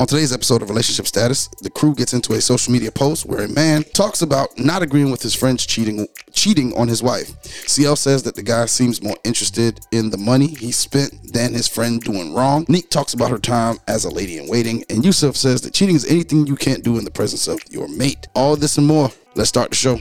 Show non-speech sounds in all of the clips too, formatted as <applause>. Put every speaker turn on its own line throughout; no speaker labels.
On today's episode of Relationship Status, the crew gets into a social media post where a man talks about not agreeing with his friends cheating cheating on his wife. CL says that the guy seems more interested in the money he spent than his friend doing wrong. Neek talks about her time as a lady in waiting, and Yusuf says that cheating is anything you can't do in the presence of your mate. All this and more. Let's start the show.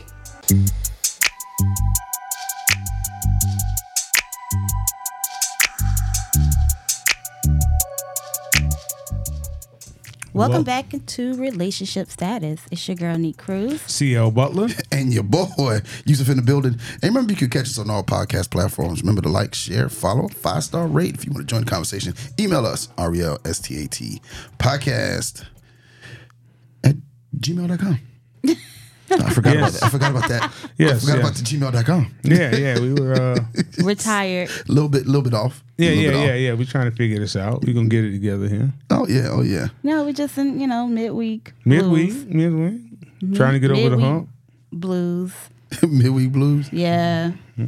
Welcome back to Relationship Status. It's your girl, Neat Cruz.
CL Butler.
And your boy, Yusuf in the building. And remember, you can catch us on all podcast platforms. Remember to like, share, follow, five star rate if you want to join the conversation. Email us, E RELSTAT podcast at
<laughs>
gmail.com. I forgot about that. I forgot about that. I
Yes,
forgot
yes.
about the gmail.com.
<laughs> Yeah, yeah, we were.
<laughs>
Uh,
We're tired.
A little bit, little bit off.
yeah,
Little
yeah,
bit
yeah,
off.
yeah. We're trying to figure this out. We're gonna get it together here.
Oh, yeah. Oh, yeah. <laughs>
No, we're just in, you know, midweek.
Midweek,
Blues.
midweek. Trying to get over the
Midweek
hump.
Blues.
midweek blues.
Yeah.
I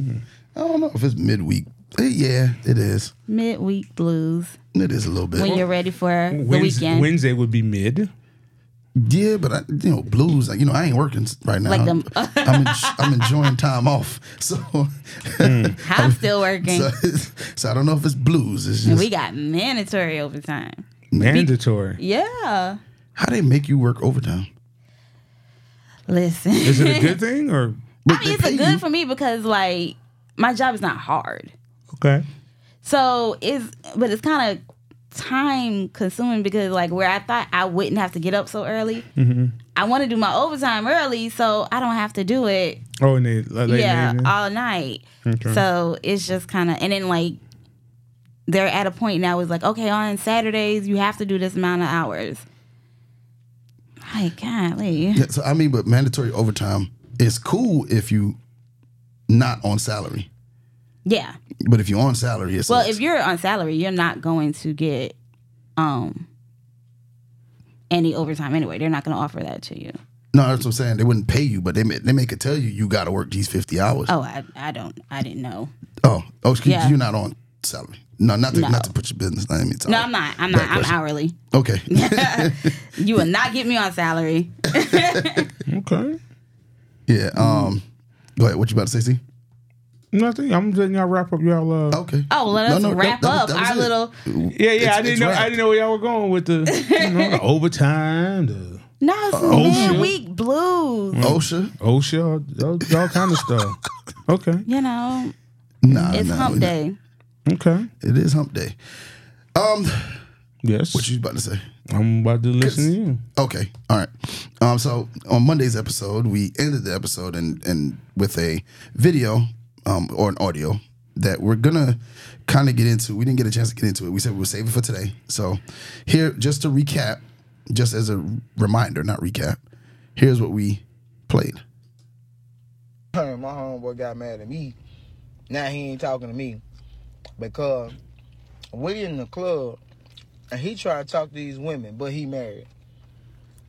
don't know if it's midweek. Eh, Yeah, it is.
Midweek blues.
It is a little bit.
When you're ready for the
Wednesday,
weekend.
Wednesday would be mid.
Yeah, but I, you know, blues. Like, you know, I ain't working s- right now.
Like uh, them-
uh,
I'm, en- I'm enjoying time off. <laughs> So,
I'm
<laughs>
still working.
so, it's- so I don't know if it's blues. It's
and
just
we got mandatory overtime.
Mandatory.
Yeah.
how they make you work overtime.
Listen.
Is it a <laughs> good thing or
<laughs> I mean, it's a good for me because, like, my job is not hard.
okay?
So it's but it's kind of time consuming because like where I thought I wouldn't have to get up so early, I want to do my overtime early so I don't have to do it
Oh, and they late in the
yeah
evening?
all night.
Okay.
So it's just kind of and then like they're at a point now it's like okay on Saturdays you have to do this amount of hours. My golly,
Yeah, so I mean, but mandatory overtime is cool if you not on salary.
yeah.
But if you're on salary, it's
Well, if you're on salary, you're not going to get um any overtime anyway. They're not going to offer that to you.
no, that's what I'm saying. They wouldn't pay you, but they ma- they make it tell you you got to work these 50 hours.
Oh, I, I don't. I didn't know.
Oh, oh, excuse
Yeah.
you're not on salary. No, not to,
No.
not to put your business. I mean,
No, I'm not. I'm not. I'm hourly. <laughs>
Okay. <laughs>
You will not get me on salary.
Okay.
yeah. Um. Go ahead. What you about to say, C?
Nothing. I'm letting y'all wrap up y'all. Uh,
Okay.
Oh, let
No,
us
no,
wrap
that- that was-
up
that was
our
it.
little.
yeah, yeah.
It's-
I
it's
didn't know.
wrapped.
I didn't know where y'all were going with the, you know, the <laughs> overtime, the
No, it's
Oh,
midweek blues.
OSHA.
OSHA, all, all kind of stuff. Okay.
You know,
Nah,
it's
nah,
hump
we-
day.
Okay.
It is hump day. Um,
Yes.
what you about to say?
I'm about to listen to you.
Okay, all right. Um, so on Monday's episode, we ended the episode and and with a video um, or an audio that we're gonna kind of get into. We didn't get a chance to get into it. We said we would save it for today. So here, just to recap, just as a reminder, not recap. Here's what we played.
<coughs> my homeboy got mad at me. Now he ain't talking to me because we in the club and he trying to talk to these women, but he married.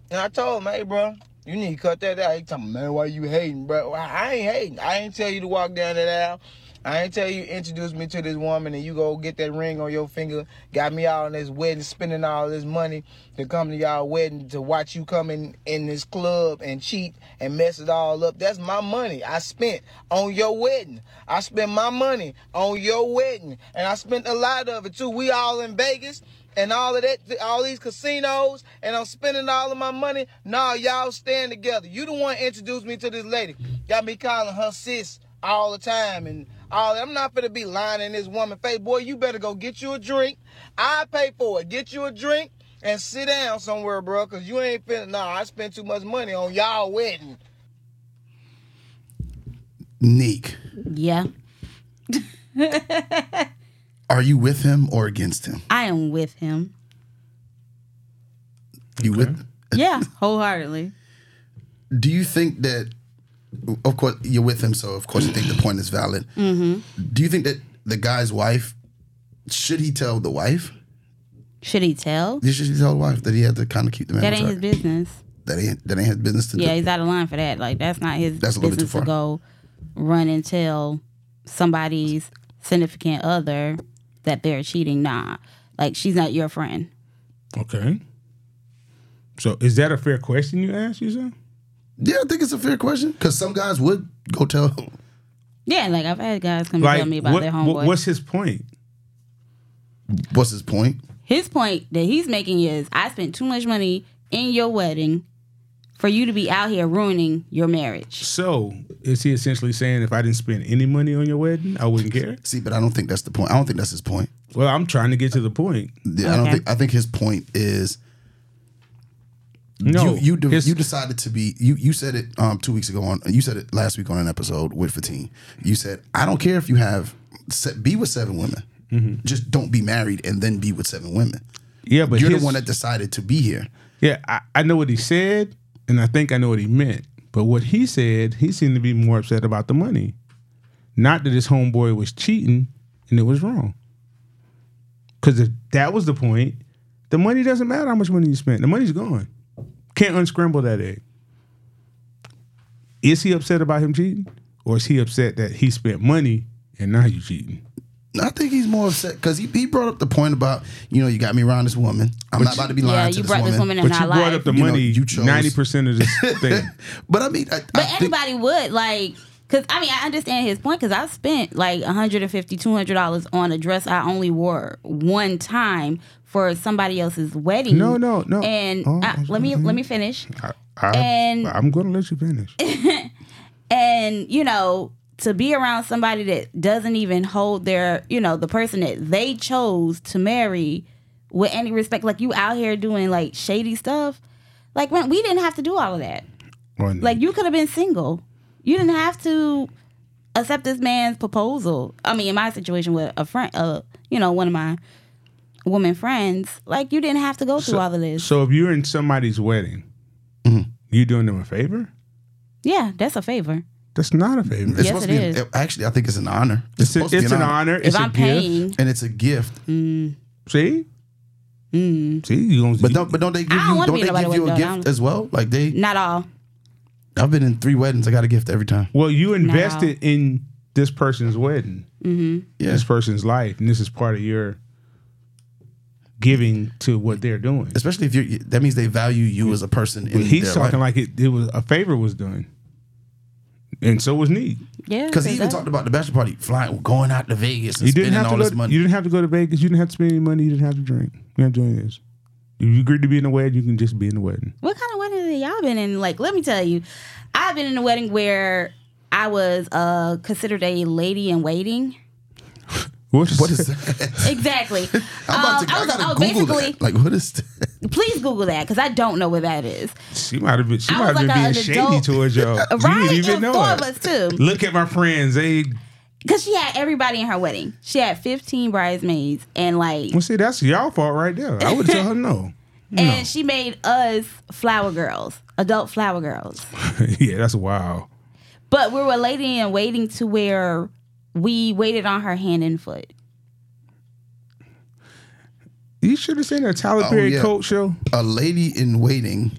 And I told him, hey, bro, you need to cut that out. He talking, man, why you hating, bro? Well, I ain't hating. I ain't tell you to walk down that aisle. I ain't tell you introduce me to this woman and you go get that ring on your finger. Got me out on this wedding, spending all this money to come to y'all wedding to watch you come in, in this club and cheat and mess it all up. That's my money I spent on your wedding. I spent my money on your wedding. And I spent a lot of it too. We all in Vegas and all of that, all these casinos, and I'm spending all of my money. Nah, y'all stand together. You the one introduced me to this lady. Got me calling her sis all the time and all that. I'm not finna be lying in this woman face. Boy, you better go get you a drink. I pay for it. Get you a drink and sit down somewhere, bro, cause you ain't finna. Nah, I spent too much money on y'all wedding.
Neek,
Yeah,
are you with him or against him?
I am with him.
You with?
Yeah, wholeheartedly.
Do you think that, of course, you're with him, so of course you think the point is valid.
Mm-hmm.
Do you think that the guy's wife should he tell the wife?
Should he tell?
Should he tell the wife that he had to kind of keep the man?
That
on
ain't his
track?
business.
That ain't that ain't his business to
Yeah,
do.
he's out of line for that. Like that's not his
That's a little bit too
business to go run and tell somebody's significant other that they're cheating. Nah. Like she's not your friend.
Okay. So is that a fair question you asked yourself?
Yeah, I think it's a fair question because some guys would go tell. <laughs>
Yeah, like I've had guys come and tell me about
what-
their
what-
homeboy.
what's his point?
What's his point?
his point that he's making is I spent too much money in your wedding for you to be out here ruining your marriage.
So is he essentially saying if I didn't spend any money on your wedding, I wouldn't care?
See, but I don't think that's the point. I don't think that's his point.
Well, I'm trying to get to the point.
Yeah, I don't
Okay.
think. I think his point is
No,
you you, de-
his-
you decided to be you you said it um two weeks ago on you said it last week on an episode with Fatine. You said I don't care if you have se- be with seven women, just don't be married and then be with seven women.
yeah, Mm-hmm. but
You're
his-
the one that decided to be here.
Yeah, I, I know what he said, and I think I know what he meant. But what he said, he seemed to be more upset about the money. Not that his homeboy was cheating and it was wrong. Because if that was the point, the money doesn't matter how much money you spent. The money's gone. Can't unscramble that egg. Is he upset about him cheating? Or is he upset that he spent money and now you cheating?
I think he's more upset because he, he brought up the point about you know you got me around this woman. I'm not about to be lying
Yeah,
to
you
this,
brought
woman.
this woman in
But
our
you brought up
life.
the
You know,
money
you chose-
90% of
<laughs>
this thing.
But I mean, I, I
But
think,
anybody would like cuz I mean, I understand his point cuz I spent like 150 $200 on a dress I only wore one time for somebody else's wedding.
No, no, no.
And
Oh,
I- let me let me finish.
I, I,
And-
I'm going to let
<laughs>
you finish.
and you know to be around somebody that doesn't even hold their you know the person that they chose to marry with any respect like you out here doing like shady stuff like man, we didn't have to do all of that
on
like you could have been single you didn't have to accept this man's proposal i mean in my situation with a friend uh you know one of my woman friends like you didn't have to go through all of this
So if you're in somebody's wedding,
Mm-hmm.
you doing them a favor?
yeah that's a favor
That's not a favor.
it's
Yes,
supposed
it
to be.
is.
actually, I think it's an honor.
It's, a-
supposed to be
it's an honor. Mm-hmm.
if
It's a
i'm paying
gift.
and it's a gift.
See,
Mm.
see, you gonna
But don't but don't they give
I don't
you
wanna
don't
be in
they
nobody
give you a
with
gift
Donald.
as well? Like they
not all
I've been in three weddings. I got a gift every time.
Well, you invested in this person's wedding,
Mm-hmm.
Yeah,
this person's life, and this is part of your giving to what they're doing.
especially if you're. That means they value you as a person. In
He's
their
talking
life.
like it, it was a favor was done, and so was Neat.
yeah
because he even
that's-
talked about the bachelor party, flying, going out to Vegas, and
You didn't
spending
have
all
to go.
this
To,
money. <laughs>
You didn't have to go to Vegas. You didn't have to spend any money. You didn't have to drink. You didn't have to do any of this. If you agreed to be in a wedding, you can just be in the wedding.
What kind of wedding have y'all been in? Like, let me tell you, I've been in a wedding where I was uh considered a lady in waiting.
what is that?
Exactly.
I'm about
Um,
to, I,
was-
gotta
was
Google
basically,
that. Like what is that?
please Google that because I don't know what that is.
She might have been. She
I
might have
was
been
like
being
an
shady
adult. <laughs>
towards y'all.
Right?
You didn't even
and four
know
of
it.
us too,
Look at my friends. They
because she had everybody in her wedding. She had fifteen bridesmaids, and like,
well, see, that's y'all fault right there. I would tell her no.
<laughs> and she made us flower girls, adult flower girls.
<laughs> yeah, that's wild.
But we were lady in waiting to where we waited on her hand and foot.
You should have seen that Tyler
Oh,
Perry
yeah.
Colt show.
A lady in waiting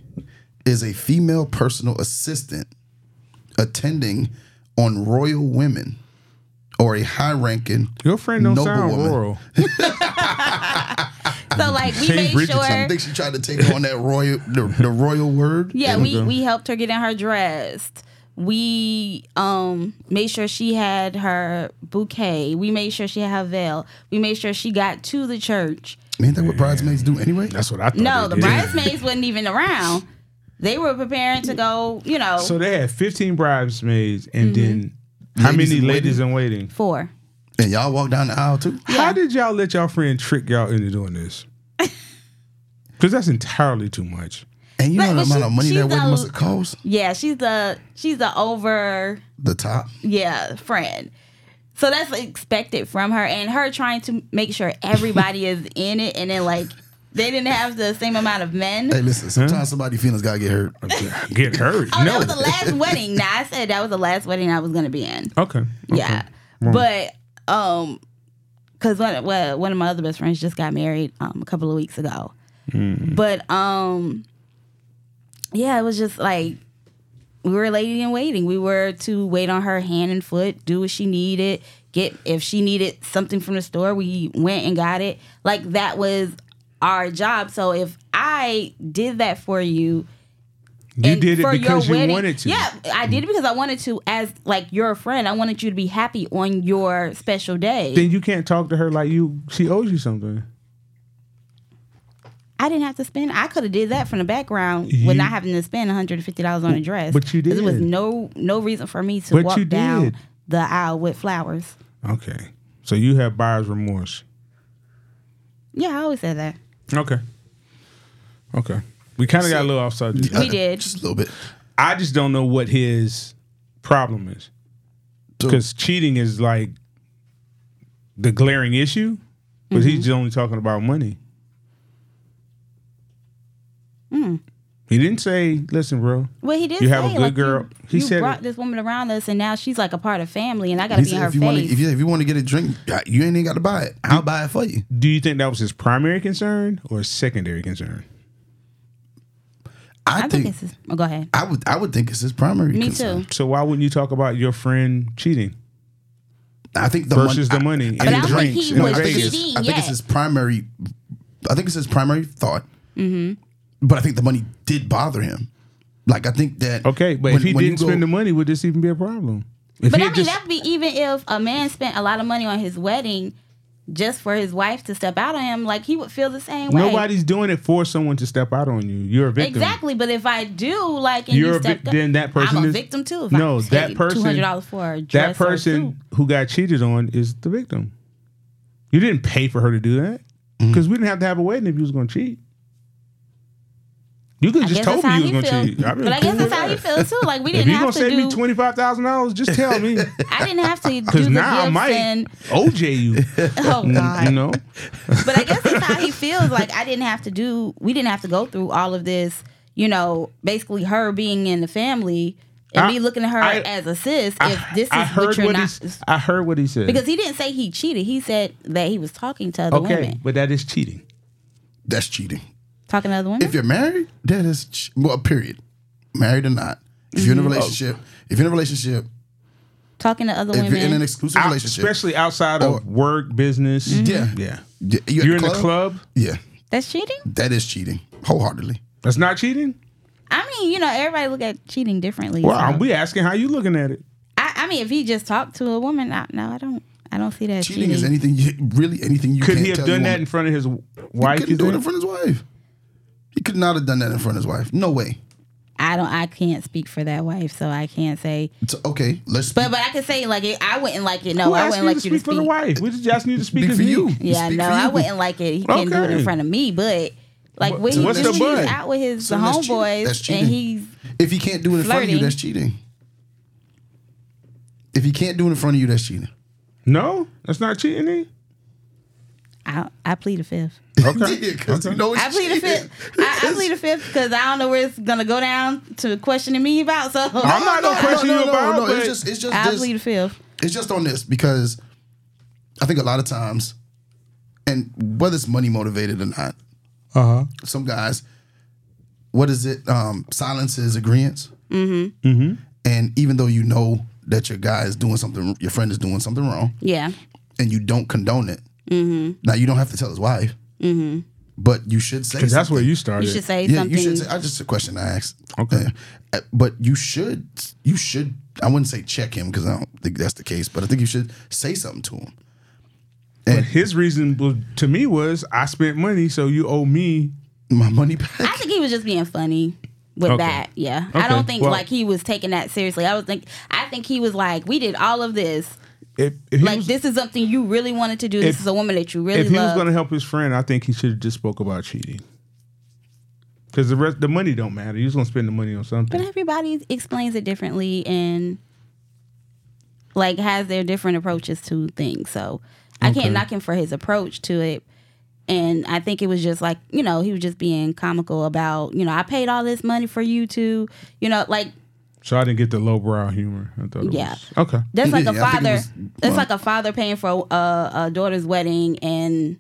is a female personal assistant attending on royal women or a high ranking.
Your friend don't
Noble
sound
woman.
rural.
So like, we
Kate
made
Bridgerton.
I
sure.
think she tried to take on that royal the, the royal word.
Yeah,
There we
we,
go.
we helped her get in her dressed. We um made sure she had her bouquet. We made sure she had her veil. We made sure she got to the church.
Ain't that what bridesmaids do anyway?
That's what I thought.
No,
Oh, they
the
did.
bridesmaids wasn't even around. They were preparing to go, you know,
So they had 15 bridesmaids, and
Mm-hmm.
then how
Ladies
many
in
ladies in waiting?
for.
And y'all walk down the aisle too.
How did y'all let y'all friend trick y'all into
<laughs>
doing this? Because that's entirely too much.
And you
But-
know the
but
amount
she-
of money
she's
that wedding
a-
must have cost?
Yeah, she's the she's the over
The top.
yeah, friend. So that's expected from her and her trying to make sure everybody is in it and then like they didn't have the same amount of men.
Hey, listen, sometimes somebody feelings gotta get
<laughs>
hurt.
Get hurt.
Oh,
no.
that was the last wedding. Nah, I said that was the last wedding I was gonna be in.
okay. okay.
Yeah, but um, cause one well, one of my other best friends just got married um a couple of weeks ago,
Mm.
but um, yeah, it was just like we were a lady in waiting. We were to wait on her hand and foot, do what she needed, get if she needed something from the store, we went and got it. Like that was our job. So if I did that for you,
You
and
did it
for your
because you
wedding-
wanted to.
Yeah, I did it because I wanted to. As like your friend, I wanted you to be happy on your special day.
Then you can't talk to her like you. She owes you something.
I didn't have to spend. I could have did that from the background
You-
with not having to spend one hundred and fifty dollars on a dress.
But you
There was
did.
no no reason for me to
But
walk
you
down
did.
the aisle with flowers.
Okay. So you have buyer's remorse.
Yeah, I always said that.
Okay. Okay. We kind of got a little off subject.
We did.
uh, Just a little bit.
I just don't know what his problem is.
So-
Because cheating is like the glaring issue, but he's
Mm-hmm.
just only talking about money.
Hmm.
He didn't say, listen, bro,
Well, he did.
You
say,
have a good
like, you-
girl. He
You,
said it.
brought this woman around us, and now she's like a part of family, and I got to
He
be in
said,
her
if you
face.
want to, if you, if you want to get a drink, uh, you ain't even got to buy it. I'll buy it for you.
do you think that was his primary concern or his secondary concern?
I,
I,
think,
think,
this is. Oh, go ahead.
I would. I would think it's his primary.
Me
concern.
too.
So why wouldn't you talk about your friend cheating?
I think the
Versus
mon-
the money
I,
and
I think
the But I think drinks he in was
I think,
cheating,
it's, I think
yeah.
it's his primary. I think it's his primary thought.
Mm-hmm.
But I think the money did bother him. Like I think that.
Okay, but
when-
if he
when you
didn't
go-
spend the money, would this even be a problem? If
But
he
I
had
mean, that'd be even if a man spent a lot of money on his wedding just for his wife to step out on him, like he would feel the same way.
nobody's doing it for someone to step out on you. You're a victim.
Exactly, but if I do like and
You're
you
a vic-
stepped up,
then that person
I'm a
is-
victim too. If
No,
I
that person-
two hundred dollars for a dress
that
or a suit.
person who got cheated on is the victim. You didn't pay for her to do that because we didn't have to have a wedding if you was going to cheat. You could
I
have just
guess that's
told me
how
you was
he
going to
feels.
cheat. I
But I guess
<laughs>
that's how he feels too. Like we
If
didn't
you're
have
gonna
to
save
do.
me twenty five thousand dollars, just
<laughs>
tell me.
I didn't have
<laughs>
to do the
Because
gifts
now I might <laughs>
and
OJ you. Mm,
<laughs> oh
You
god.
know,
But I guess that's how he feels. Like I didn't have to do. We didn't have to go through all of this. You know, basically her being in the family and
I-
me looking at her
I-
as a sis. if
I,
this is
I
what
heard
you're
what he.
not,
s- I heard what he said.
because he didn't say he cheated. He said that he was talking to other
okay,
women.
but that is cheating.
That's cheating.
Talking to other women.
If you're married, that is ch- well. Period. Married or not, if you're in a
Mm-hmm.
relationship, if you're in a relationship,
talking to other
if
women.
you're in an exclusive
Out-
relationship,
especially outside of
Or-
work, business.
Yeah.
Mm-hmm.
y-
yeah.
you
Mm-hmm. You're in the club.
Yeah,
That's cheating.
that is cheating wholeheartedly.
That's not cheating.
I mean, you know, everybody look at cheating differently.
Well,
so.
I'm- we asking how you looking at it.
I, I mean, if he just talked to a woman, I, no, I don't. I don't see that as
Cheating
cheating.
is anything you really anything you
Could
can't
he have
tell your
done that
woman.
in front of his
He
wife?
couldn't
is
do it
it?
in front of his wife. He could not have done that in front of his wife. No way.
I don't. I can't speak for that wife, so I can't say.
It's okay. Let's
But but I can say like it, I wouldn't like it. No,
Who
I
asked
wouldn't
you
like
to speak for the wife? We just asked you to speak
speak
as
for
me.
you.
Yeah,
Speak
no,
for
I
you.
wouldn't like it. He can't do it
Okay.
in front of me, but like when, he,
what's
when
the
he's
button?
out with his
So that's cheating. That's
homeboys
cheating.
and he's
If he can't do it in front of you,
Flirting.
that's cheating. If he can't do it in front of you, that's cheating.
No, that's not cheating. eh?
I, I plead the fifth.
Okay.
<laughs> Yeah, 'cause you know it's
I plead the
cheating.
fifth. I, I plead the fifth because I don't know where it's gonna go down to questioning me about. So
I'm not gonna question you about it,
It's
but-
just, it's just,
<laughs> I
this-
plead the fifth.
it's just on this because I think a lot of times, and whether it's money motivated or not,
Uh huh.
some guys, what is it? Um, silence is agreements. Mm-hmm. Mm-hmm. And even though you know that your guy is doing something, your friend is doing something wrong,
Yeah.
and you don't condone it. Mm-hmm. Now you don't have to tell his wife, mm-hmm. but you should say.
Because that's where
something.
you
You
started.
should say
Yeah,
something.
you should. Say, I just a question I asked.
Okay.
Uh, but you should. You should. I wouldn't say check him because I don't think that's the case. But I think you should say something to him.
But his reason was, to me was I spent money, so you owe me.
My money back.
I think he was just being funny with
Okay.
that. Yeah.
Okay,
I don't think
well-
like he was taking that seriously. I was think I think he was like, we did all of this.
If, if he
Like
was,
this is something you really wanted to do. This
If-
is a woman that you really
if he was
love.
going to help his friend, I think he should have just spoke about cheating. Because the rest, the money don't matter. You was going to spend the money on
but
something.
everybody explains it differently and like has their different approaches to things. So I can't knock him for his approach to it. And I think it was just like, you know, he was just being comical about, you know, I paid all this money for you to, you know, like
So I didn't get the lowbrow humor. I thought. It
Yeah.
Was, okay.
That's like
Yeah,
a
I think it
father.
was-
that's like a father paying for a, a, a daughter's wedding and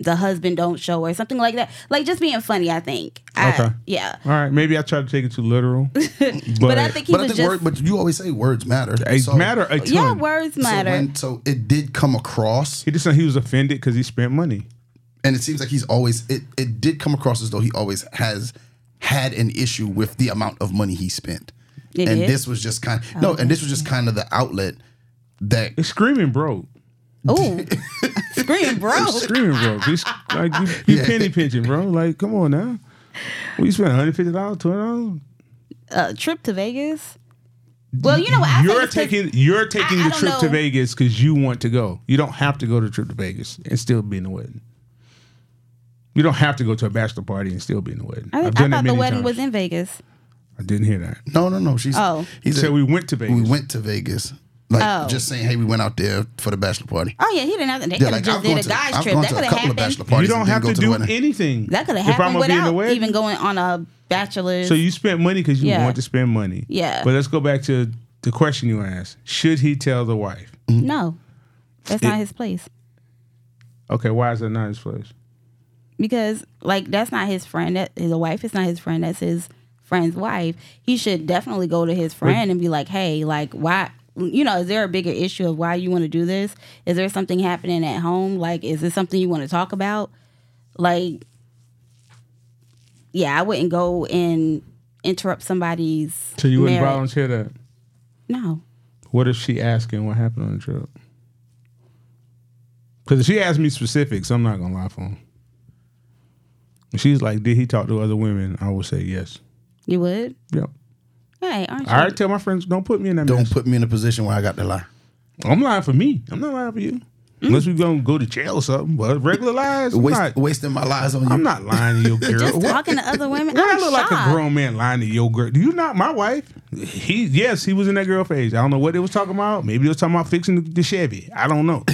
the husband don't show or something like that. Like just being funny, I think.
Okay.
I, yeah.
All right, maybe I tried to take it too literal, but,
<laughs> But I think he
but I
was
think
just
word, but you always say words matter.
it
So-
matter a ton.
yeah, words
so
matter.
when- so it did come across,
He just said he was offended because he spent money.
and it seems like he's always it. It did come across as though he always has had an issue with the amount of money he spent,
It
and
is?
this was just kind no, and this was just kind of the outlet that
It's screaming broke.
<laughs>
Ooh, scream, bro.
It's screaming broke. He's like you, you penny pinching, bro. Like, come on now. We spent one hundred fifty dollars, twenty dollars.
A trip to Vegas. Well, you know what? I think
You're
it's 'cause-
taking you're taking
I- I
the
don't
trip to
know.
Vegas because you want to go. You don't have to go to the trip to Vegas and still be in the wedding. You don't have to go to a bachelor party and still be in the wedding.
I, I
I've done that
thought the
many
wedding
times.
was in Vegas.
I didn't hear that.
no, no, no. She's
Oh.
he
He
said
said we went to Vegas.
we went to Vegas, like
Oh.
just saying, hey, we went out there for the bachelor party.
Oh yeah, he didn't have to. They
Yeah, like
could have just
I've gone
did a
to,
guys
I've
trip.
gone
That
to
could
a
have
couple of bachelor
happened.
parties.
you don't
and
have to
didn't go
do
the wedding.
anything.
That could have
if I'm
happened
gonna be in the
without
wedding.
even going on a bachelor's.
So you spent money because you
Yeah.
want to spend money.
Yeah.
But let's go back to the question you asked. Should he tell the wife?
no, that's
It-
not his place
Okay, why is that not his place?
because like that's not his friend. That his wife is not his friend. That's his friend's wife. He should definitely go to his friend and be like, hey, like why. You know, is there a bigger issue of why you want to do this? Is there something happening at home? Like, is this something you want to talk about? Like, yeah, I wouldn't go and interrupt somebody's.
So you wouldn't
marriage.
volunteer that.
No.
What if she asking what happened on the trip? Because if she asked me specifics, I'm not gonna lie for him. If she's like, did he talk to other women? I will say yes.
You would?
Yep.
Hey, aren't you?
I already tell my friends, don't put me in that.
Don't
mess.
put me in a position where I got to lie.
I'm lying for me. I'm not lying for you.
Mm.
Unless we gonna go to jail or something. But regular lies, I'm
Waste,
not,
wasting my lies on you.
I'm not lying to your girl.
<laughs> Just
What-
talking to other
<laughs>
women.
Why
I'm
I look
shocked.
like a grown man lying to your girl? Do you not my wife? He yes, he was in that girl phase. I don't know what they was talking about. Maybe they was talking about fixing the, the Chevy. I don't
<laughs>
know,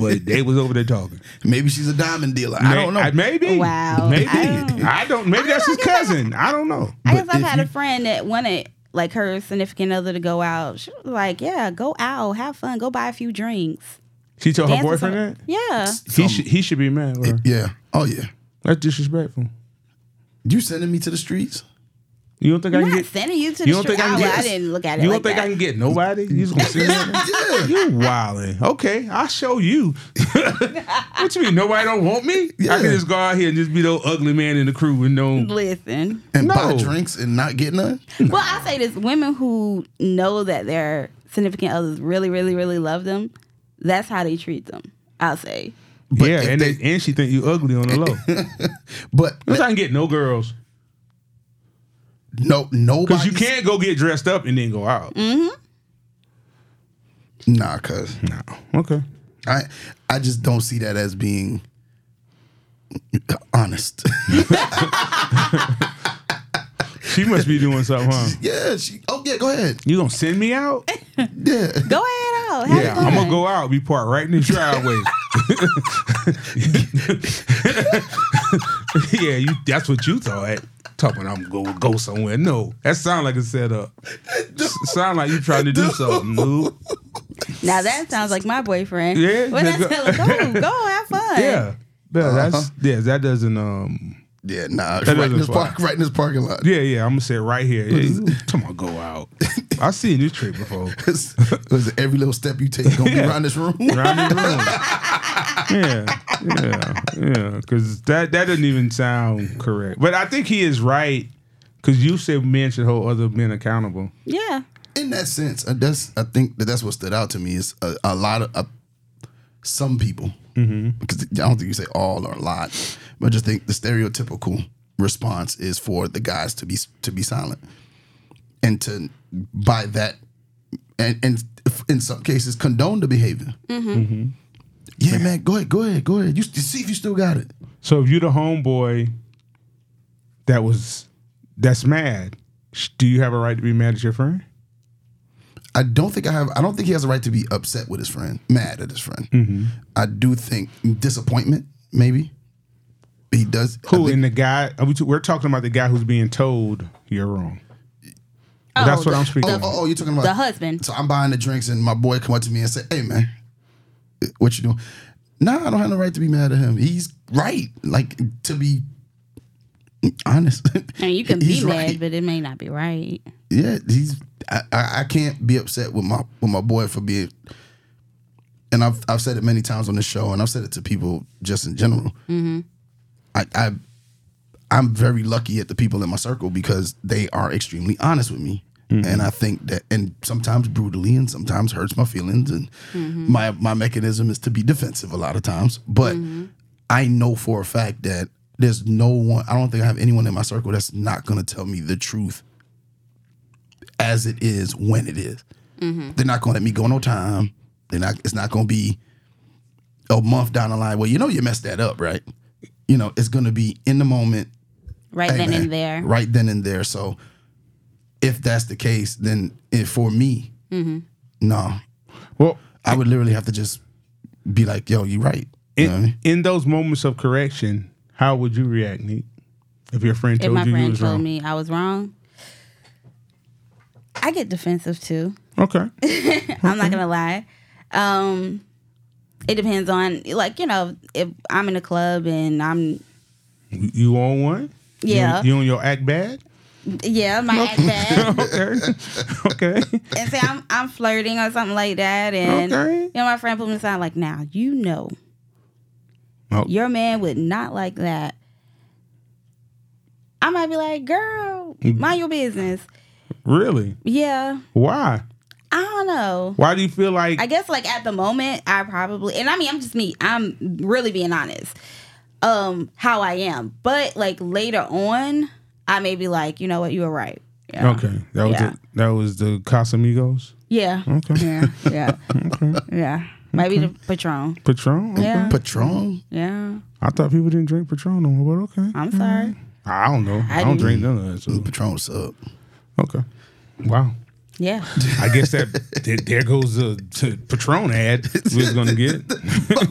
but they was over there talking.
Maybe she's a diamond dealer. I don't know.
maybe.
Wow.
Maybe.
I don't-
I don't. Maybe that's his cousin. I don't know.
I guess I've
if
had
you-
a friend that wanted like her significant other to go out. She was like, "Yeah, go out, have fun, go buy a few drinks."
She told her
dance with
boyfriend that.
some- Yeah,
He should. He should be mad. Bro.
yeah. Oh yeah.
That's disrespectful.
You sending me to the streets?
You don't think I
I'm
can
not
get?
sending you to the
You don't
street.
think I
I,
can get?
I didn't look at it.
You
like
don't think
that.
I can get nobody? You just
<laughs>
gonna sit there?
Yeah.
You wildin'. Okay, I'll show you. <laughs> what you mean? Nobody don't want me? I can
Yeah.
just go out here and just be the ugly man in the crew and no.
Listen.
And buy
No.
drinks and not get none?
Well, I say this: women who know that their significant others really, really, really love them, that's how they treat them. I'll say.
yeah,
if
and
they-
they, and she think you ugly on the low.
<laughs>
But
Because I can get no girls.
no,
Because
nobody.
you can't go get dressed up and then go out.
Mm.
Nah, cause
No. Okay.
I, I just don't see that as being honest.
She must be doing something, huh?
<laughs> yeah. She. Oh yeah. Go ahead.
You gonna send me out?
Yeah.
Go ahead out. Have
Yeah,
fun.
I'm gonna go out. Be parked right in the driveway. <laughs> yeah, you. That's what you thought. Talking, I'm gonna go somewhere. No, that sound like a setup. S- Sound like you trying to do something. Noob.
Now that sounds like my boyfriend.
Yeah,
When I
nigga.
tell him, go, go have fun.
<laughs> Yeah, yeah, that's yeah. That doesn't um.
Yeah. Nah.
That
Right in,
doesn't
this
fly.
park, right in this parking lot.
Yeah, yeah. I'm gonna sit right here. Yeah, come on, go out. I've seen this trick before.
<laughs> Cause, 'cause every little step you take gonna be
Yeah.
around this room.
Round and round. <laughs> yeah, yeah, yeah. Because that that doesn't even sound correct. But I think he is right. Because you said men should hold other men accountable.
Yeah.
<laughs> in that sense, uh, that's I think that that's what stood out to me is a, a lot of uh, some people
Mm-hmm.
because I don't think you say all or a lot, but I just think the stereotypical response is for the guys to be to be silent and to by that and and if- in some cases condone the behavior.
Mm-hmm.
Yeah, man, go ahead, go ahead, go ahead. You, s- see if you still got it.
So if you the homeboy that was that's mad, sh- do you have a right to be mad at your friend?
I don't think I have. I don't think he has a right to be upset with his friend, mad at his friend. I do think disappointment, maybe. He does. I
Who
think-
and the guy? Are we t- we're talking about the guy who's being told you're wrong.
Oh,
That's what
the,
I'm speaking.
oh,
of.
oh, oh, you're talking about
The husband.
So I'm buying the drinks, and my boy come up to me and say, "Hey, man, what you doing?" Nah, I don't have no right to be mad at him. He's right. Like to be honest.
I mean, you
<laughs>
can
He's
be mad,
right.
but it may not be right.
yeah, he's. I, I, I can't be upset with my with my boy for being. And I've I've said it many times on this show, and I've said it to people just in general. I, I I'm very lucky at the people in my circle because they are extremely honest with me. And I think that, and sometimes brutally, and sometimes hurts my feelings. And my my mechanism is to be defensive a lot of times. But I know for a fact that there's no one. I don't think I have anyone in my circle that's not going to tell me the truth as it is when it is.
Mm-hmm.
They're not going to let me go no time. They're not. It's not going to be a month down the line. Well, you know you messed that up, right? You know it's going to be in the moment,
Right
Hey,
then
man.
and there.
Right then and there. So if that's the case, then it, for me,
Mm-hmm.
no,
Well,
I would literally have to just be like, "Yo, you right." You know what I
in,
mean?
in those moments of correction, how would you react, Neek? If your friend
If
told
my
you you
friend
was
told
wrong.
me I was wrong, I get defensive
<laughs>
too.
Okay.
I'm not gonna lie. Um, it depends on like you know if I'm in a club and I'm
You- You on one? You on-
yeah
You on your
<laughs>
act bad?
yeah my act bad
Okay. <laughs> okay.
and say I'm I'm flirting or something like that and
Okay.
you know my friend put me aside like now you know
Oh.
your man would not like that. I might be like girl mind your business
Really?
yeah
Why?
I don't know.
Why do you feel like
I guess like at the moment, I probably and I mean I'm just me. I'm really being honest. Um, how I am. But like later on, I may be like, you know what, you were right. Yeah.
Okay. That was
Yeah.
the, that was the Casamigos
Yeah.
Okay.
<laughs> Yeah. Yeah. Yeah. Might be the patron.
Patron? Okay.
Yeah.
Patron.
Yeah.
I thought people didn't drink Patron no more, but okay.
I'm sorry.
I don't know. I,
I
don't
do.
drink none of that. So.
Patron sub.
Okay. Wow. <laughs>
Yeah.
I guess that th- there goes the t- Patron ad we was gonna
<laughs>
get.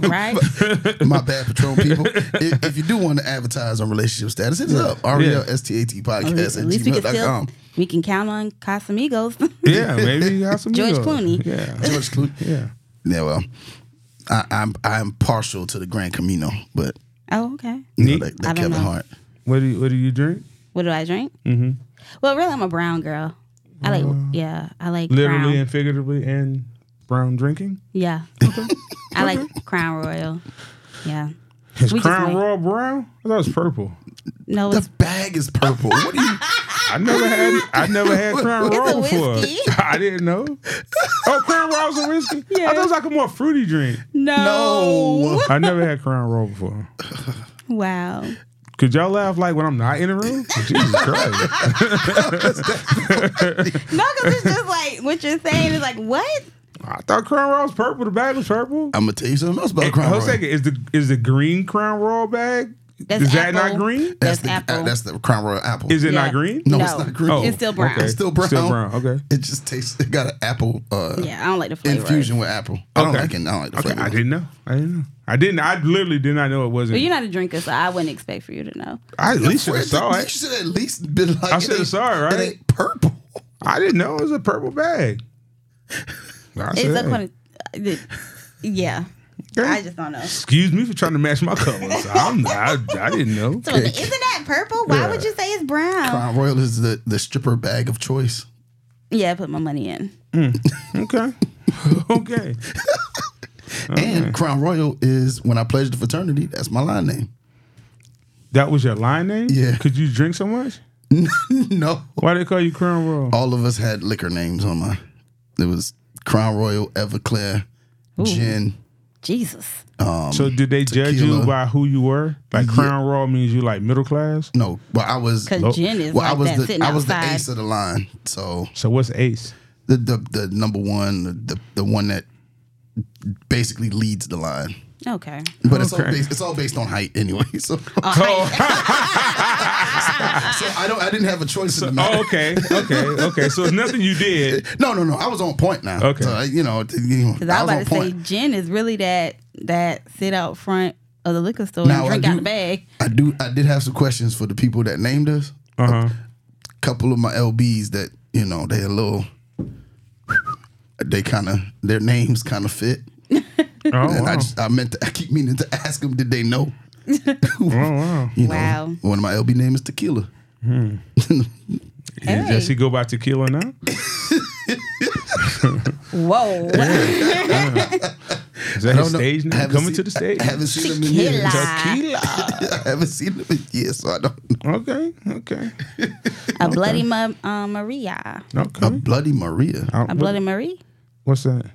Right.
My bad,
<laughs>
Patron people. if, if you do want to advertise on relationship status, hit us up. R E L S T A T podcast
At
at
least we can still
gmail.com.
we can count on
<laughs>
Casamigos.
yeah, maybe you got some
George
egos.
Clooney.
Yeah,
George Clooney.
<laughs> yeah.
Yeah, well, I, I'm I'm partial to the Grand Camino, but
oh, okay.
you
Neat.
know, that,
I
that
don't
Kevin
know.
Hart.
What do you What do you drink?
What do I drink? Mm-hmm. Well, really I'm a brown girl. I like yeah, I like
Literally
brown.
and figuratively, and brown drinking. <laughs>
Yeah. I like Crown Royal. Yeah.
Is
We just
Crown
made-
Royal brown? I thought it was purple.
No,
The
it's,
bag is purple. What
<laughs>
do you?
I never had I never had Crown
It's a
Royal before.
whiskey.
<laughs> I didn't know. Oh, Crown Royal's a whiskey. I thought it was like a more fruity drink.
No.
I never had Crown Royal before.
Wow.
Could y'all laugh like when I'm not in the room? <laughs> Jesus Christ!
No, because it's just like what you're saying is like, what?
I thought Crown Royal was purple. The bag was purple.
I'm gonna tell you something else about
Hey,
Uh, Crown
hold a
Royal.
second. Is the is the green Crown Royal bag?
That's
is that
apple.
not green?
That's,
That's
the
apple. Oh.
uh, that's the Crown Royal apple.
Is it
Yeah.
not green?
No, it's not green.
It's still brown.
It's still brown.
Oh, Still brown. Okay.
It just tastes. It got an apple uh,
Yeah, I don't like the flavor.
infusion with apple. I don't
Okay.
like it. I don't like the
Okay.
flavor.
I didn't know. I didn't know. I didn't. I literally did not know it wasn't.
But you're not a drinker, so I wouldn't expect for you to know.
I at least should
Where
have
did-
saw
You
it.
should at least been like.
I should've
ain't-
saw it, right?
It ain't purple.
I didn't know it was a purple bag. I
It's
said,
like
hey,
one of- the- yeah.
okay.
I just don't know. So
Excuse me for trying to match my colors.
<laughs>
I'm not, I, I didn't know.
I'm like, Isn't that purple? Why
Yeah.
would you say it's brown?
Crown Royal is the the stripper bag of choice.
Yeah, I put my money in.
Okay. <laughs> Okay.
And Crown Royal is when I pledged the fraternity. That's my line name. <laughs>
That was your line name?
Yeah.
Could you drink so much?
no,
Why they call you Crown Royal?
all of us had liquor names on my. It was Crown Royal, Everclear, Gin.
Jesus.
so did they judge you
tequila.
by who you were? Like
Yeah.
Crown Royal means you like middle class?
No, well I was.
Because
Well,
gin is
I
like
was
that
the
sitting
I was the
outside.
ace of the line. So
So what's
<laughs>
ace?
the the, the number one, the the one that basically leads the line.
Okay.
But it's all
Okay.
based, it's all based on height anyway. <laughs> So,
Oh,
so I don't I didn't have a choice in the matter.
oh, okay, okay, okay. So it's nothing you did.
No, no, no. I was on point now.
Okay.
So, you know, t- you know, I was
Because I was
on
about to
point.
say, gin is really that that sit out front of the liquor store
Now, I
and drink out
do-
the bag.
I do. I did have some questions for the people that named us. <laughs>
Uh huh.
couple of my LBs that you know they a little. They kind of their names kind of fit.
Oh,
and I
wow.
just I meant to, I keep meaning to <laughs> ask them, did they know?
oh, wow.
You know,
Wow.
One of my LB name is Tequila.
Does Jesse go by tequila now?
Whoa.
Is that
I
his
don't know.
stage
I
name?
haven't
Coming
seen-
to the stage?
I haven't seen him in years.
Tequila.
<laughs> I haven't seen him in years, so I don't. know.
Okay, okay,
<laughs>
<laughs>
A bloody ma- uh, Maria.
A
okay.
Bloody Maria,
I-
A bloody Marie?
What's that?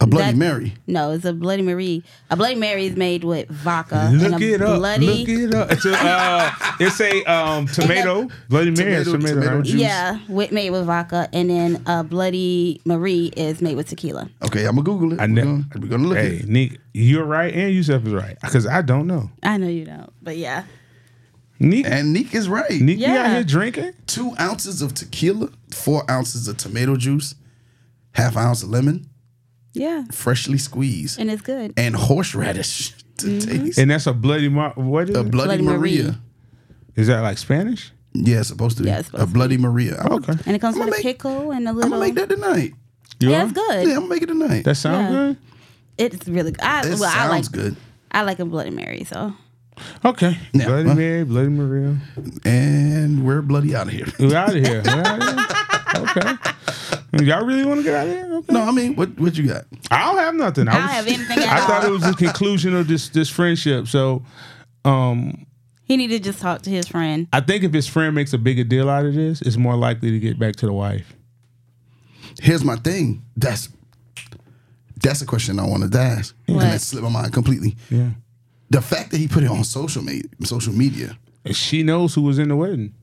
a Bloody
That-
Mary.
No, it's a bloody Marie. A bloody Mary is made with vodka.
Look
and a
it up.
Bloody,
Look it up. It's a, uh, <laughs> it's a um, tomato. Bloody Mary is
Tomato-
tomato.
tomato
right?
juice.
Yeah, with made with vodka, and then a bloody Marie is made with tequila.
Okay, I'm gonna Google it.
I
we're,
know.
gonna, we're gonna look
Hey,
at it.
Nick, you're right, and Yusef is right because I don't know.
I know you don't, but yeah.
Nick,
And Nick is right.
Nick, you out
Yeah.
here drinking?
Two ounces of tequila, four ounces of tomato juice, half ounce of lemon,
Yeah.
freshly squeezed,
And it's good.
and horseradish <laughs> to taste.
And that's a bloody mar- what is
a
it?
Bloody,
Mm-hmm. Bloody
Maria.
Maria.
Is that like Spanish?
Yeah, it's supposed to be.
Yeah, it's supposed
a
to
Bloody Maria. I'm,
Okay,
And it comes
I'ma
with
make-
a pickle and a
I'm
little.
gonna make that tonight.
You
yeah,
are?
it's good.
Yeah, I'm gonna make it tonight.
That sounds
Yeah.
good.
It's really good. I,
that
well,
sounds
I like
good.
I like a bloody Mary, so
Okay,
Yeah.
Bloody
Huh?
Mary, Bloody Maria.
And we're bloody out of here. <laughs>
We out of here. We out
<laughs>
of here. Okay. Y'all really want to get out of here? Okay.
No, I mean, what what you got?
I don't have nothing.
I don't
<laughs>
have anything at
I
all.
thought it was the conclusion of this this friendship. So um,
he need to just talk to his friend.
I think if his friend makes a bigger deal out of this, it's more likely to get back to the wife.
Here's my thing. That's that's a question I wanted to ask,
What?
and that slipped my mind completely.
Yeah.
The fact that he put it on social media, social media,
And she knows who was in the wedding.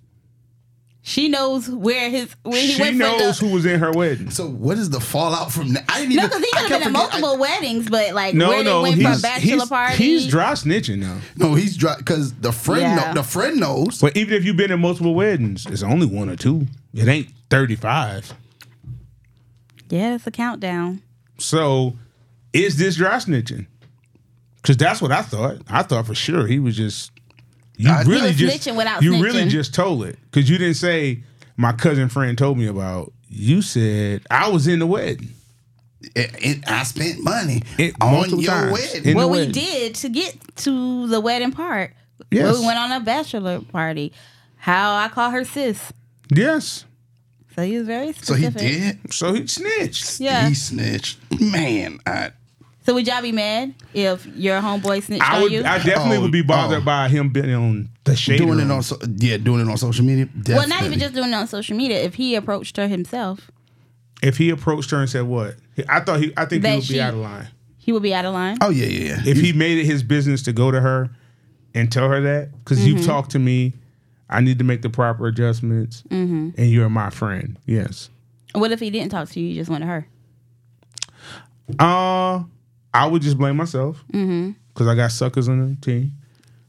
She knows where his where he
she
went
knows
for the.
who was in her wedding.
So what is the fallout from that? I didn't even.
no, because he
I
could have
kept
been at
forgetting-
multiple weddings, but like
No,
where
no,
they went
he's,
for a bachelor
he's,
party.
he's dry snitching now.
I- no, he's dry because the friend
Yeah.
know, the friend knows.
But even if you've been in multiple weddings, it's only one or two. It ain't thirty five.
yeah, it's a countdown.
So, is this dry snitching? Because that's what I thought. I thought for sure he was just you
I- He
really
was
just
snitching without
you
snitching.
really just told it because you didn't say my cousin friend told me about. You said I was in the wedding.
It, it- I spent money
It-
on
multiple
your
times.
wedding.
In the
what we
wedding.
did to get to the wedding part.
Yes.
We went on a bachelor party. How I call her sis.
Yes.
So he was very
so he
specific.
did.
So he snitched.
Yeah.
He snitched. Man, I,
so would y'all be mad if your homeboy snitched
I
on
would.
you?
I definitely
Oh,
would be bothered
oh.
by him being on the shade.
doing
room.
it on so, yeah, doing it on social media.
well, not
definitely.
even just doing it on social media. If he approached her himself,
If he approached her and said what? I thought he. I think
That
he would
she-
be out of line.
he would be out of line.
Oh yeah, yeah. yeah.
if he made it his business to go to her and tell her that because
Mm-hmm.
you talked to me i need to make the proper adjustments
Mm-hmm.
and you're my friend yes
What if he didn't talk to you? You just went to her.
uh i would just blame myself because
Mm-hmm.
i got suckers on the team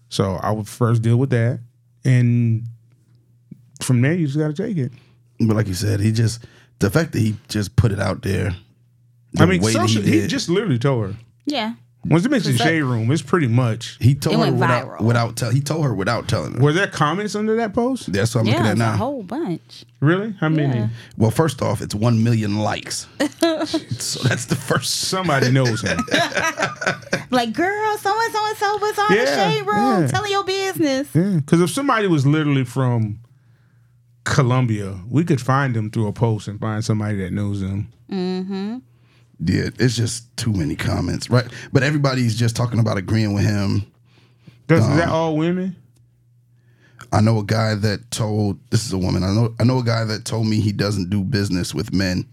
so i would first deal with that and from there you just gotta take it
but like you said, he just the fact that he just put it out there. the
i mean
way that
social,
he,
he,
did,
just literally told her
Yeah.
once it makes the
It's like-
shade room it's pretty much
he told
It
her
went
without,
viral.
without tell he told her without telling her.
were there comments under that post
That's what I'm looking
yeah,
at
it's a
now.
whole bunch.
really how many
Yeah.
well, first off, it's one million
<laughs>
likes. so that's the first
somebody knows
<laughs>
him
Like, girl, so and so and so was on the
Yeah,
shade room
yeah.
telling your business.
Yeah, because if somebody was literally from Colombia, we could find them through a post and find somebody that knows them.
Yeah, it's just too many comments, right? But everybody's just talking about agreeing with him.
Does, is that all women?
I know a guy that told this is a woman. I know I know a guy that told me he doesn't do business with men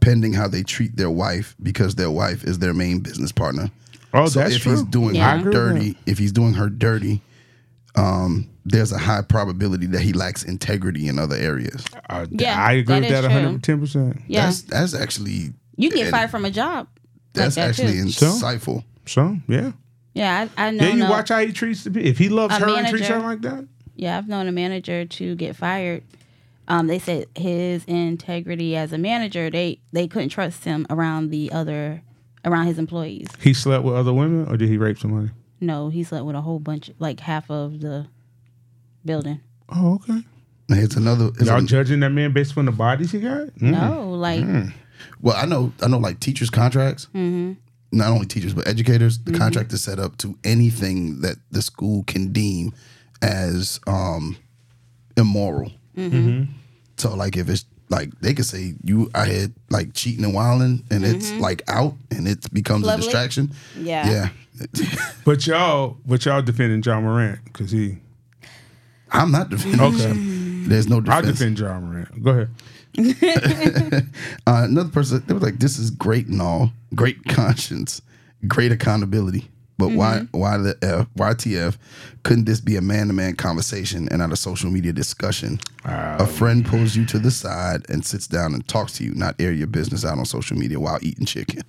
pending how they treat their wife because their wife is their main business partner.
Oh,
so
that's
if
true.
he's doing
Yeah. I
her
agree with
dirty, if he's doing her dirty, um, there's a high probability that he lacks integrity in other areas.
Uh-uh.
Uh, th-
Yeah,
I
that
agree with that
is
one
true.
hundred ten percent.
Yeah.
That's that's actually
you can get
and
fired from a job.
that's
like that
actually
too.
So?
insightful.
So yeah,
Yeah, I, I know.
yeah. You
no-
watch how he treats the pe- if he loves
A
her and treats
manager.
her like that.
Yeah, I've known a manager to get fired. Um, they said his integrity as a manager, they they couldn't trust him around the other around his employees.
He slept with other women, or did he rape somebody?
No, he slept with a whole bunch, like half of the building.
Oh, okay.
It's another. It's
Y'all
an-
judging that man based on the bodies he got? Mm.
No, like mm-hmm.
well, I know I know like teachers' contracts. not only teachers but educators. The contract is set up to anything that the school can deem as um, immoral. So like if it's like they could say you I had like cheating and wilding and it's like out and it becomes a
Lovely.
distraction.
Yeah.
Yeah. <laughs>
But y'all, but y'all defending John Morant because he.
I'm not defending.
Okay.
There's no
I
defense.
defend John Morant. Go ahead.
Uh, another person, they were like, "This is great and all, great <laughs> conscience, great accountability, but why,
Mm-hmm.
why the F, YTF? Couldn't this be a man-to-man conversation and not a social media discussion? a friend pulls you to the side and sits down and talks to you, not air your business out on social media while eating chicken.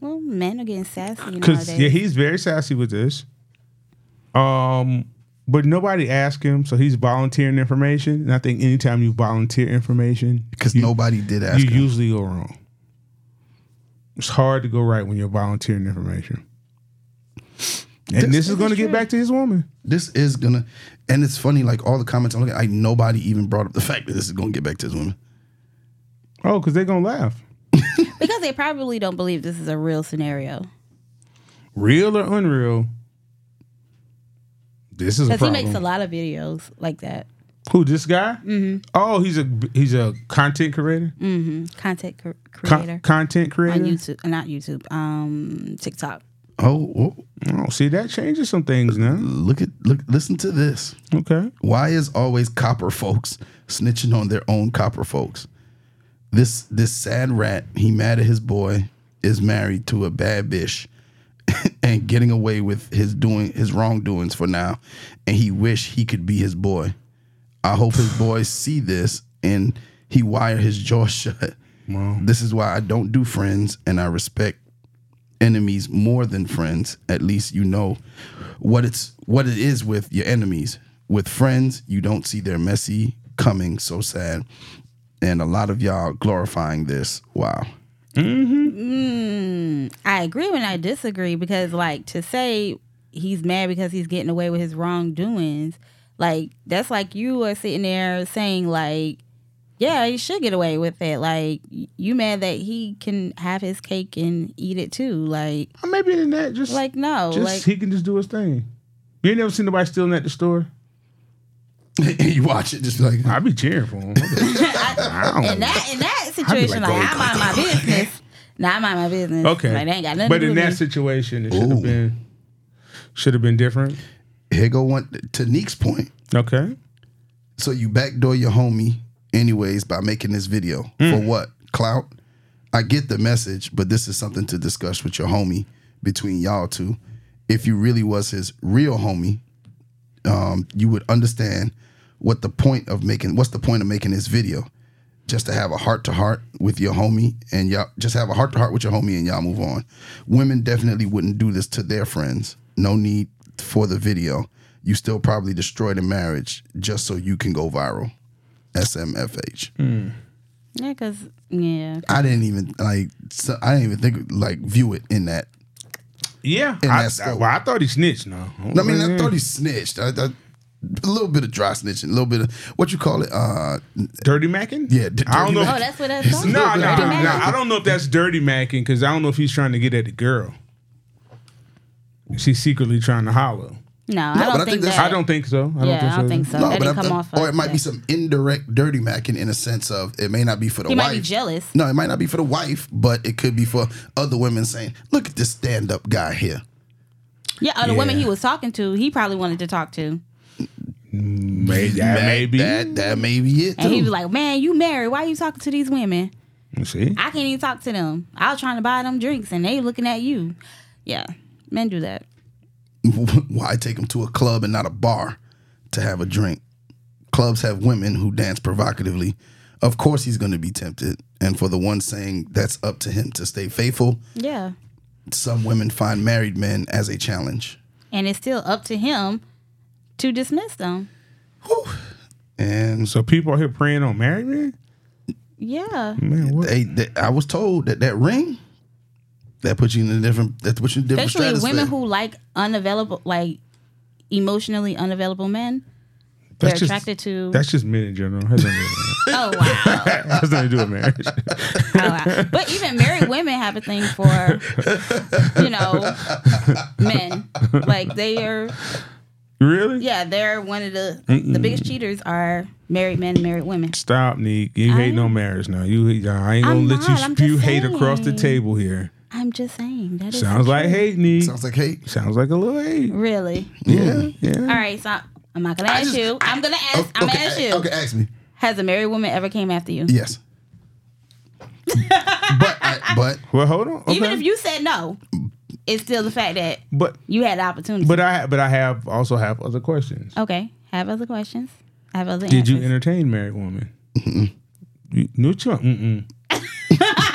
Well, men are getting sassy
Because
nowadays.
yeah, he's very sassy with this. Um, but nobody asked him, so he's volunteering information. And I think anytime you volunteer information,
Because
you-
nobody did ask.
you
him.
usually go wrong. It's hard to go right when you're volunteering information. And
This-
this, is going to get back to his woman.
this is gonna, and it's funny. Like all the comments I'm looking, at, like nobody even brought up the fact that this is gonna get back to this woman.
Oh, because they're going to laugh.
Because they probably don't believe this is a real scenario.
Real or unreal, this is a
Because he
problem.
makes a lot of videos like that.
Who this guy? Mm-hmm. Oh, he's a he's a content creator.
Mm-hmm. Content cr-
Con-
creator
content
on
creator.
YouTube, uh, not YouTube, um, TikTok.
Oh, oh,
Oh, see that changes some things now.
look at look, listen to this.
Okay.
Why is always copper folks snitching on their own copper folks? This this sad rat, he mad at his boy, is married to a bad bitch <laughs> and getting away with his doing his wrongdoings for now. And he wish he could be his boy. I hope his boys see this and he wire his jaw <laughs> shut.
Wow.
This is why I don't do friends and I respect enemies more than friends. At least you know what it's what it is with your enemies. With friends, you don't see their messy coming so sad. And a lot of y'all glorifying this. Wow. <laughs>
Mm. I agree when I disagree because, like, to say he's mad because he's getting away with his wrongdoings, like, that's like you are sitting there saying, like, yeah, he should get away with it. Like, y- you mad that he can have his cake and eat it too. Like,
Or Uh, Maybe in that just like
like no,
just
like
he can just do his thing. You ain't never seen nobody stealing at the store.
you watch it just like
I'd be cheering for <laughs> him. I don't
in that in that
be
situation,
like,
like,
"Go,
I mind my business. Nah, I mind my business.
Okay.
like, they ain't got nothing
but
to do
in
with
that
me.
situation, it should have
Ooh.
been should have been different.
here go one to Neek's point.
Okay.
So you backdoor your homie anyways by making this video. For what? Clout? I get the message, but this is something to discuss with your homie between y'all two. If you really was his real homie, um, you would understand what the point of making what's the point of making this video? Just to have a heart to heart with your homie and y'all just have a heart to heart with your homie and y'all move on. Women definitely wouldn't do this to their friends. No need for the video. You still probably destroyed a marriage just so you can go viral. SMFH.
Yeah, because yeah,
I didn't even like. So I didn't even think like view it in that.
Yeah.
In
I,
that
I-
scope.
well, I thought he snitched. No.
I mean,
Mm-hmm.
I thought he snitched. I, I, a little bit of dry snitching, a little bit of what you call it. Uh,
dirty macking.
yeah, d-
I
dirty
don't know.
mac-
oh, that's what that's called.
No, no,
Dirty
no.
Mac.
I don't know if that's dirty macking because I don't know if he's trying to get at the girl. She's secretly trying to hollow.
No,
No, I
but I
don't
think
think
that's-
that.
I don't think so. I don't
Yeah,
think so.
I don't think so. That
but
didn't
I'm-
come off
or
like
it might be
that.
some indirect dirty macking in a sense of it may not be for the
He
wife.
might be jealous.
No, it might not be for the wife, but it could be for other women saying, "Look at this stand-up guy here."
Yeah, other women
Yeah.
he was talking to, he probably wanted to talk to.
<laughs> Maybe that, may be.
that that may be it. Too.
And he was like, Man, you married. Why you talking to these women?
You See,
I can't even talk to them. I was trying to buy them drinks and they looking at you. Yeah. Men do that.
<laughs> why take him to a club and not a bar to have a drink? Clubs have women who dance provocatively. Of course, he's going to be tempted. And for the one saying that's up to him to stay faithful,
Yeah.
some women find married men as a challenge.
And it's still up to him to dismiss them.
And
so people out here preying on married men.
Yeah.
Man, what?
they, they, I was told that that ring that puts you in a different that puts you in a different
Especially
stratosphere.
women who like unavailable like emotionally unavailable men. They're
<laughs>
That's just-
attracted to
That's just men in general. Has nothing to do with
Oh wow.
has nothing to do with marriage. <laughs>
<laughs> Oh, wow. But even married women have a thing for, you know, men. Like they are,
really?
yeah, they're one of the the biggest cheaters are married men and married women.
Stop, Neek. You hate no marriage now. You, I ain't gonna
I'm
let
not.
you
I'm
spew
just
hate across the
saying.
table here.
I'm just saying that is
Sounds
the
like
truth.
hate, Neek.
Sounds like hate.
Sounds like a little hate.
really.
Yeah, yeah.
All right, so I'm not gonna
Mm-hmm. I
ask
just-
you. I'm gonna ask. I'm gonna
okay,
ask
a-
you.
Okay, ask me.
Has a married woman ever came after you?
Yes. but I, but
Well, hold on.
Even
Okay.
if you said no, it's still the fact that
but
you had the opportunity.
but I but I have also have other questions.
okay, have other questions. I have other.
Did you
answers.
entertain married woman? You- No, you- mm-mm.
<laughs>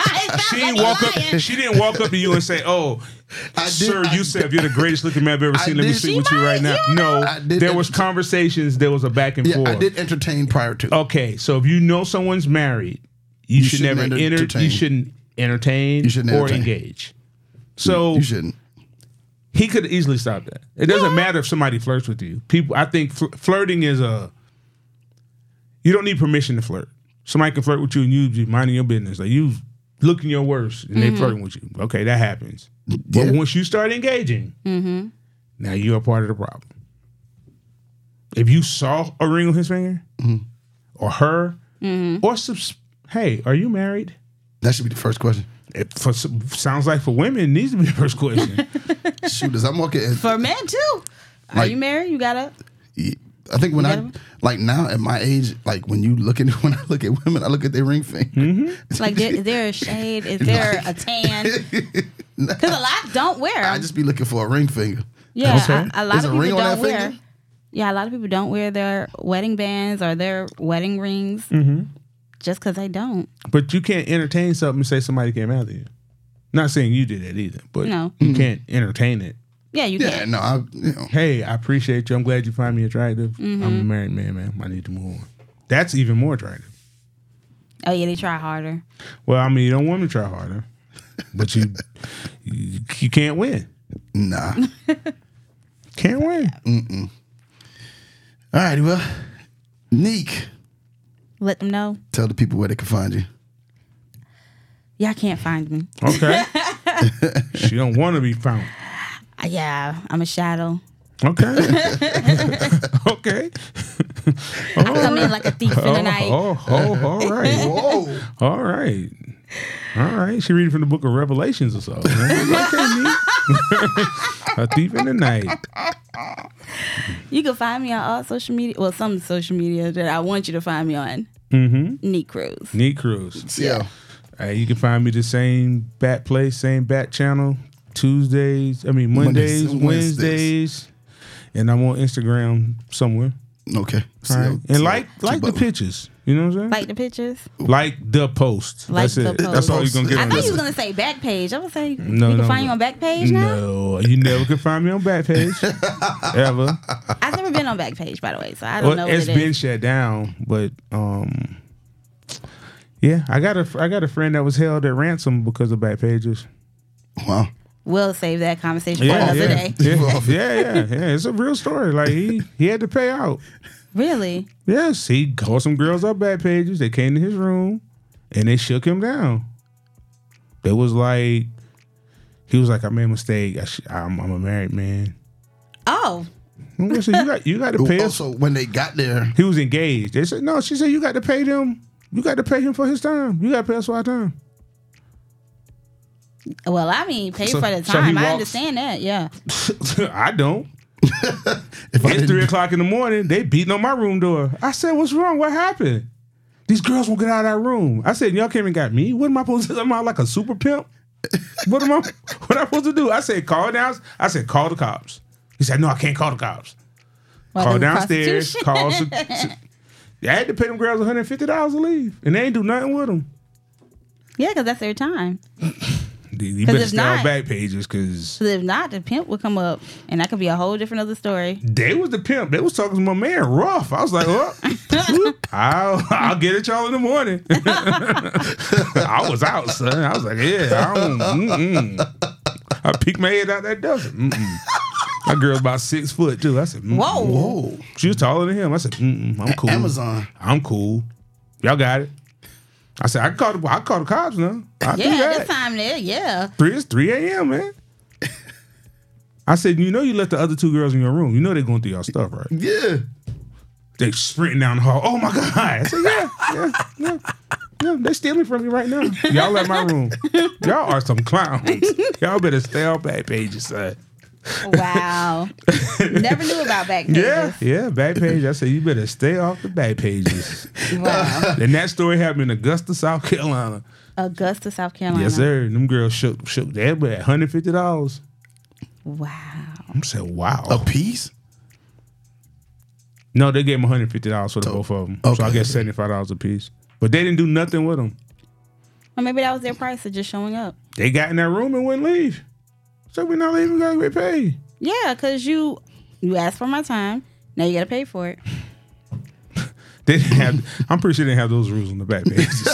She didn't walk up. She didn't walk up to you and say, "Oh,
did-
sir,
I
you said you're the greatest looking man I've ever seen. Let me
did-
sleep
She
with you right now." No,
I did
there was
entertain-
conversations. There was a back and
yeah,
forth.
I did entertain prior to.
Okay, so if you know someone's married, you, should
shouldn't
never enter.
enter-
You
entertain.
shouldn't entertain
You shouldn't
or
entertain.
engage. So Oh.
You shouldn't.
he could easily stop that. It doesn't matter if somebody flirts with you. People, I think fl- flirting is a. You don't need permission to flirt. Somebody can flirt with you and you be minding your business. Like you looking your worst and they flirting with you. Okay, that happens.
Yeah.
But once you start engaging, now you are part of the problem. If you saw a ring on his finger, or her, or subs- hey, are you married?
That should be the first question.
It for, sounds like for women it needs to be the first question.
Shoot, as I'm walking,
for men too? Are
Like-
you married? You gotta.
I think when I
gotta-
like now at my age, like when you look at <laughs> when I look at women, I look at their ring finger.
Like, there- is there a shade?
<laughs>
Is there a tan? Because a lot don't wear. 'em.
I just be looking for a ring finger.
yeah,
Okay.
a, a lot
Is
of
a
people
ring on
don't
that
wear.
finger?
Yeah, a lot of people don't wear their wedding bands or their wedding rings
Mm-hmm.
just because they don't.
But you can't entertain something and say somebody came after you. Not saying you did that either, but
No.
you can't entertain it.
Yeah, you
Yeah,
can't.
no, I you know
Hey, I appreciate you. I'm glad you find me attractive.
Mm-hmm.
I'm a married man, man. I need to move on. That's even more attractive.
Oh yeah, they try harder.
Well, I mean, you don't want me to try harder, but you <laughs> you, you can't win.
nah. All
Can't win.
right, well, Neek,
Let them know
tell the people where they can find you.
y'all can't find me. <laughs>
Okay. she don't want to be found.
Uh, Yeah, I'm a shadow. <laughs>
Okay. <laughs> okay.
I come in like a thief in the night.
<laughs> oh, oh, all
<laughs>
right.
Whoa.
All right. All right. She reading from the book of Revelations or so. <laughs> Okay, Nick. <laughs> a thief in the night.
You can find me on all social media. Well, some social media that I want you to find me on. Mm-hmm. Neat Cruise.
Neat Cruise.
Yeah.
Hey, you can find me the same bat place, same bat channel, Tuesdays, I mean
Mondays
Mondays,
and
Wednesdays. And I'm on Instagram somewhere.
Okay.
All right. And like like the
picture.
pictures. You know what I'm saying?
Like the pictures.
Like, the post.
Like
That's
the
it. That's all you're
post.
gonna get
I
on
thought
this.
you was gonna say back page. I was saying
No,
you can
no,
find
no.
you on back page now.
No, you never can find me on <laughs> Backpage. ever.
I've never been on back page, by the way, so I don't know
Well,
what
it's
it
been
is.
shut down, but um, yeah, I got a I got a friend that was held at ransom because of back pages.
Wow.
We'll save that conversation for
Yeah,
another
yeah,
day.
yeah, yeah, yeah, yeah. It's a real story. Like he he had to pay out.
Really?
Yes, he called some girls up back pages. They came to his room and they shook him down. They was like, he was like, I made a mistake. I sh- I'm, I'm a married man.
Oh,
And we said, you got you got to pay us
Also, when they got there,
He was engaged. They said, no, she said, you got to pay them. You got to pay him for his time. You got to pay us for our time. <laughs>
well, I mean, pay
So-
for the
so
time.
he
I
walks-
understand that. Yeah.
I don't.
if I
It's three
didn't,
o'clock in the morning. They beating on my room door. I said, what's wrong? What happened? These girls won't get out of that room. I said, y'all came and got me. What am I supposed to do? Am I like a super pimp? What am I? <laughs> What am I supposed to do? I said, call down. I said, call the cops. He said, no, I can't call the cops.
Well,
Call
the
downstairs.
prostitution.
Call.
<laughs>
Su- su- I had to pay them girls one hundred fifty dollars to leave, and they ain't do nothing with them.
Yeah, because that's their time.
You better
if
stay on
not-
back pages because
'Cause if not, the pimp will come up, and that could be a whole different other story.
They was the pimp. They was talking to my man rough. I was like,
<laughs>
oh, whoop, I'll, I'll get at y'all in the morning. <laughs> I was out, son. I was like, yeah, I don't. Mm-mm. I peeked my head out that dozen. Mm-mm. That girl's about six foot too. I said, mm
Whoa.
whoa.
She was taller than him. I said, mm-mm, I'm cool.
Amazon.
I'm cool. Y'all got it. I said, I can call the, I can call the cops now. I do
Yeah,
that.
this time there, yeah.
Three is 3 a.m., man. I said, you know you left the other two girls in your room. You know they're going through y'all stuff, right?
Yeah.
They sprinting down the hall. Oh my God. I said, yeah, yeah, yeah. Yeah, they stealing from me right now. Y'all at my room. Y'all are some clowns. Y'all better stay off back pages, son.
Wow. Never knew about back
Yeah,
pages.
yeah, back page. I said you better stay off the back pages.
Wow.
and that story happened in Augusta, South Carolina.
Augusta, South Carolina.
Yes, sir. Them girls shook shook that but hundred fifty dollars.
Wow.
I'm saying, wow.
A piece?
No, they gave him hundred fifty dollars for the both of them. So I
okay.
guess seventy five dollars a piece. But they didn't do nothing with them.
Or maybe that was their price of just showing up.
They got in that room and wouldn't leave. So we're not leaving. We gotta get paid.
Yeah, because you you asked for my time. Now you gotta pay for it.
They didn't have. I'm pretty sure they didn't have those rules on the back pages.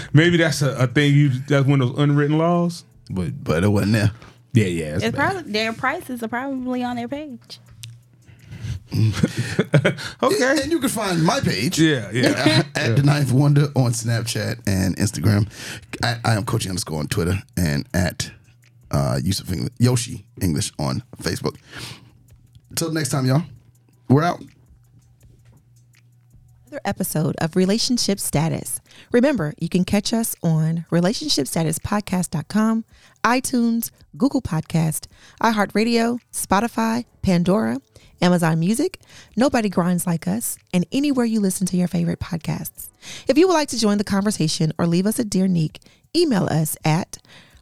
<laughs> Maybe that's a, a thing. You that's one of those unwritten laws.
But but it wasn't there.
Yeah, yeah. that's
It's
bad.
probably their prices are probably on their page.
okay.
<laughs>
And you can find my page.
Yeah, yeah.
<laughs> at the ninth wonder on Snapchat and Instagram. I, I am coaching underscore on Twitter and at uh, Yusuf Engli- Yoshi English on Facebook. Till next time, y'all. We're out.
another episode of Relationship Status. Remember, you can catch us on relationshipstatuspodcast.com, iTunes, Google Podcast, iHeartRadio, Spotify, Pandora, Amazon Music, Nobody Grinds Like Us, and anywhere you listen to your favorite podcasts. If you would like to join the conversation or leave us a dear nick, email us at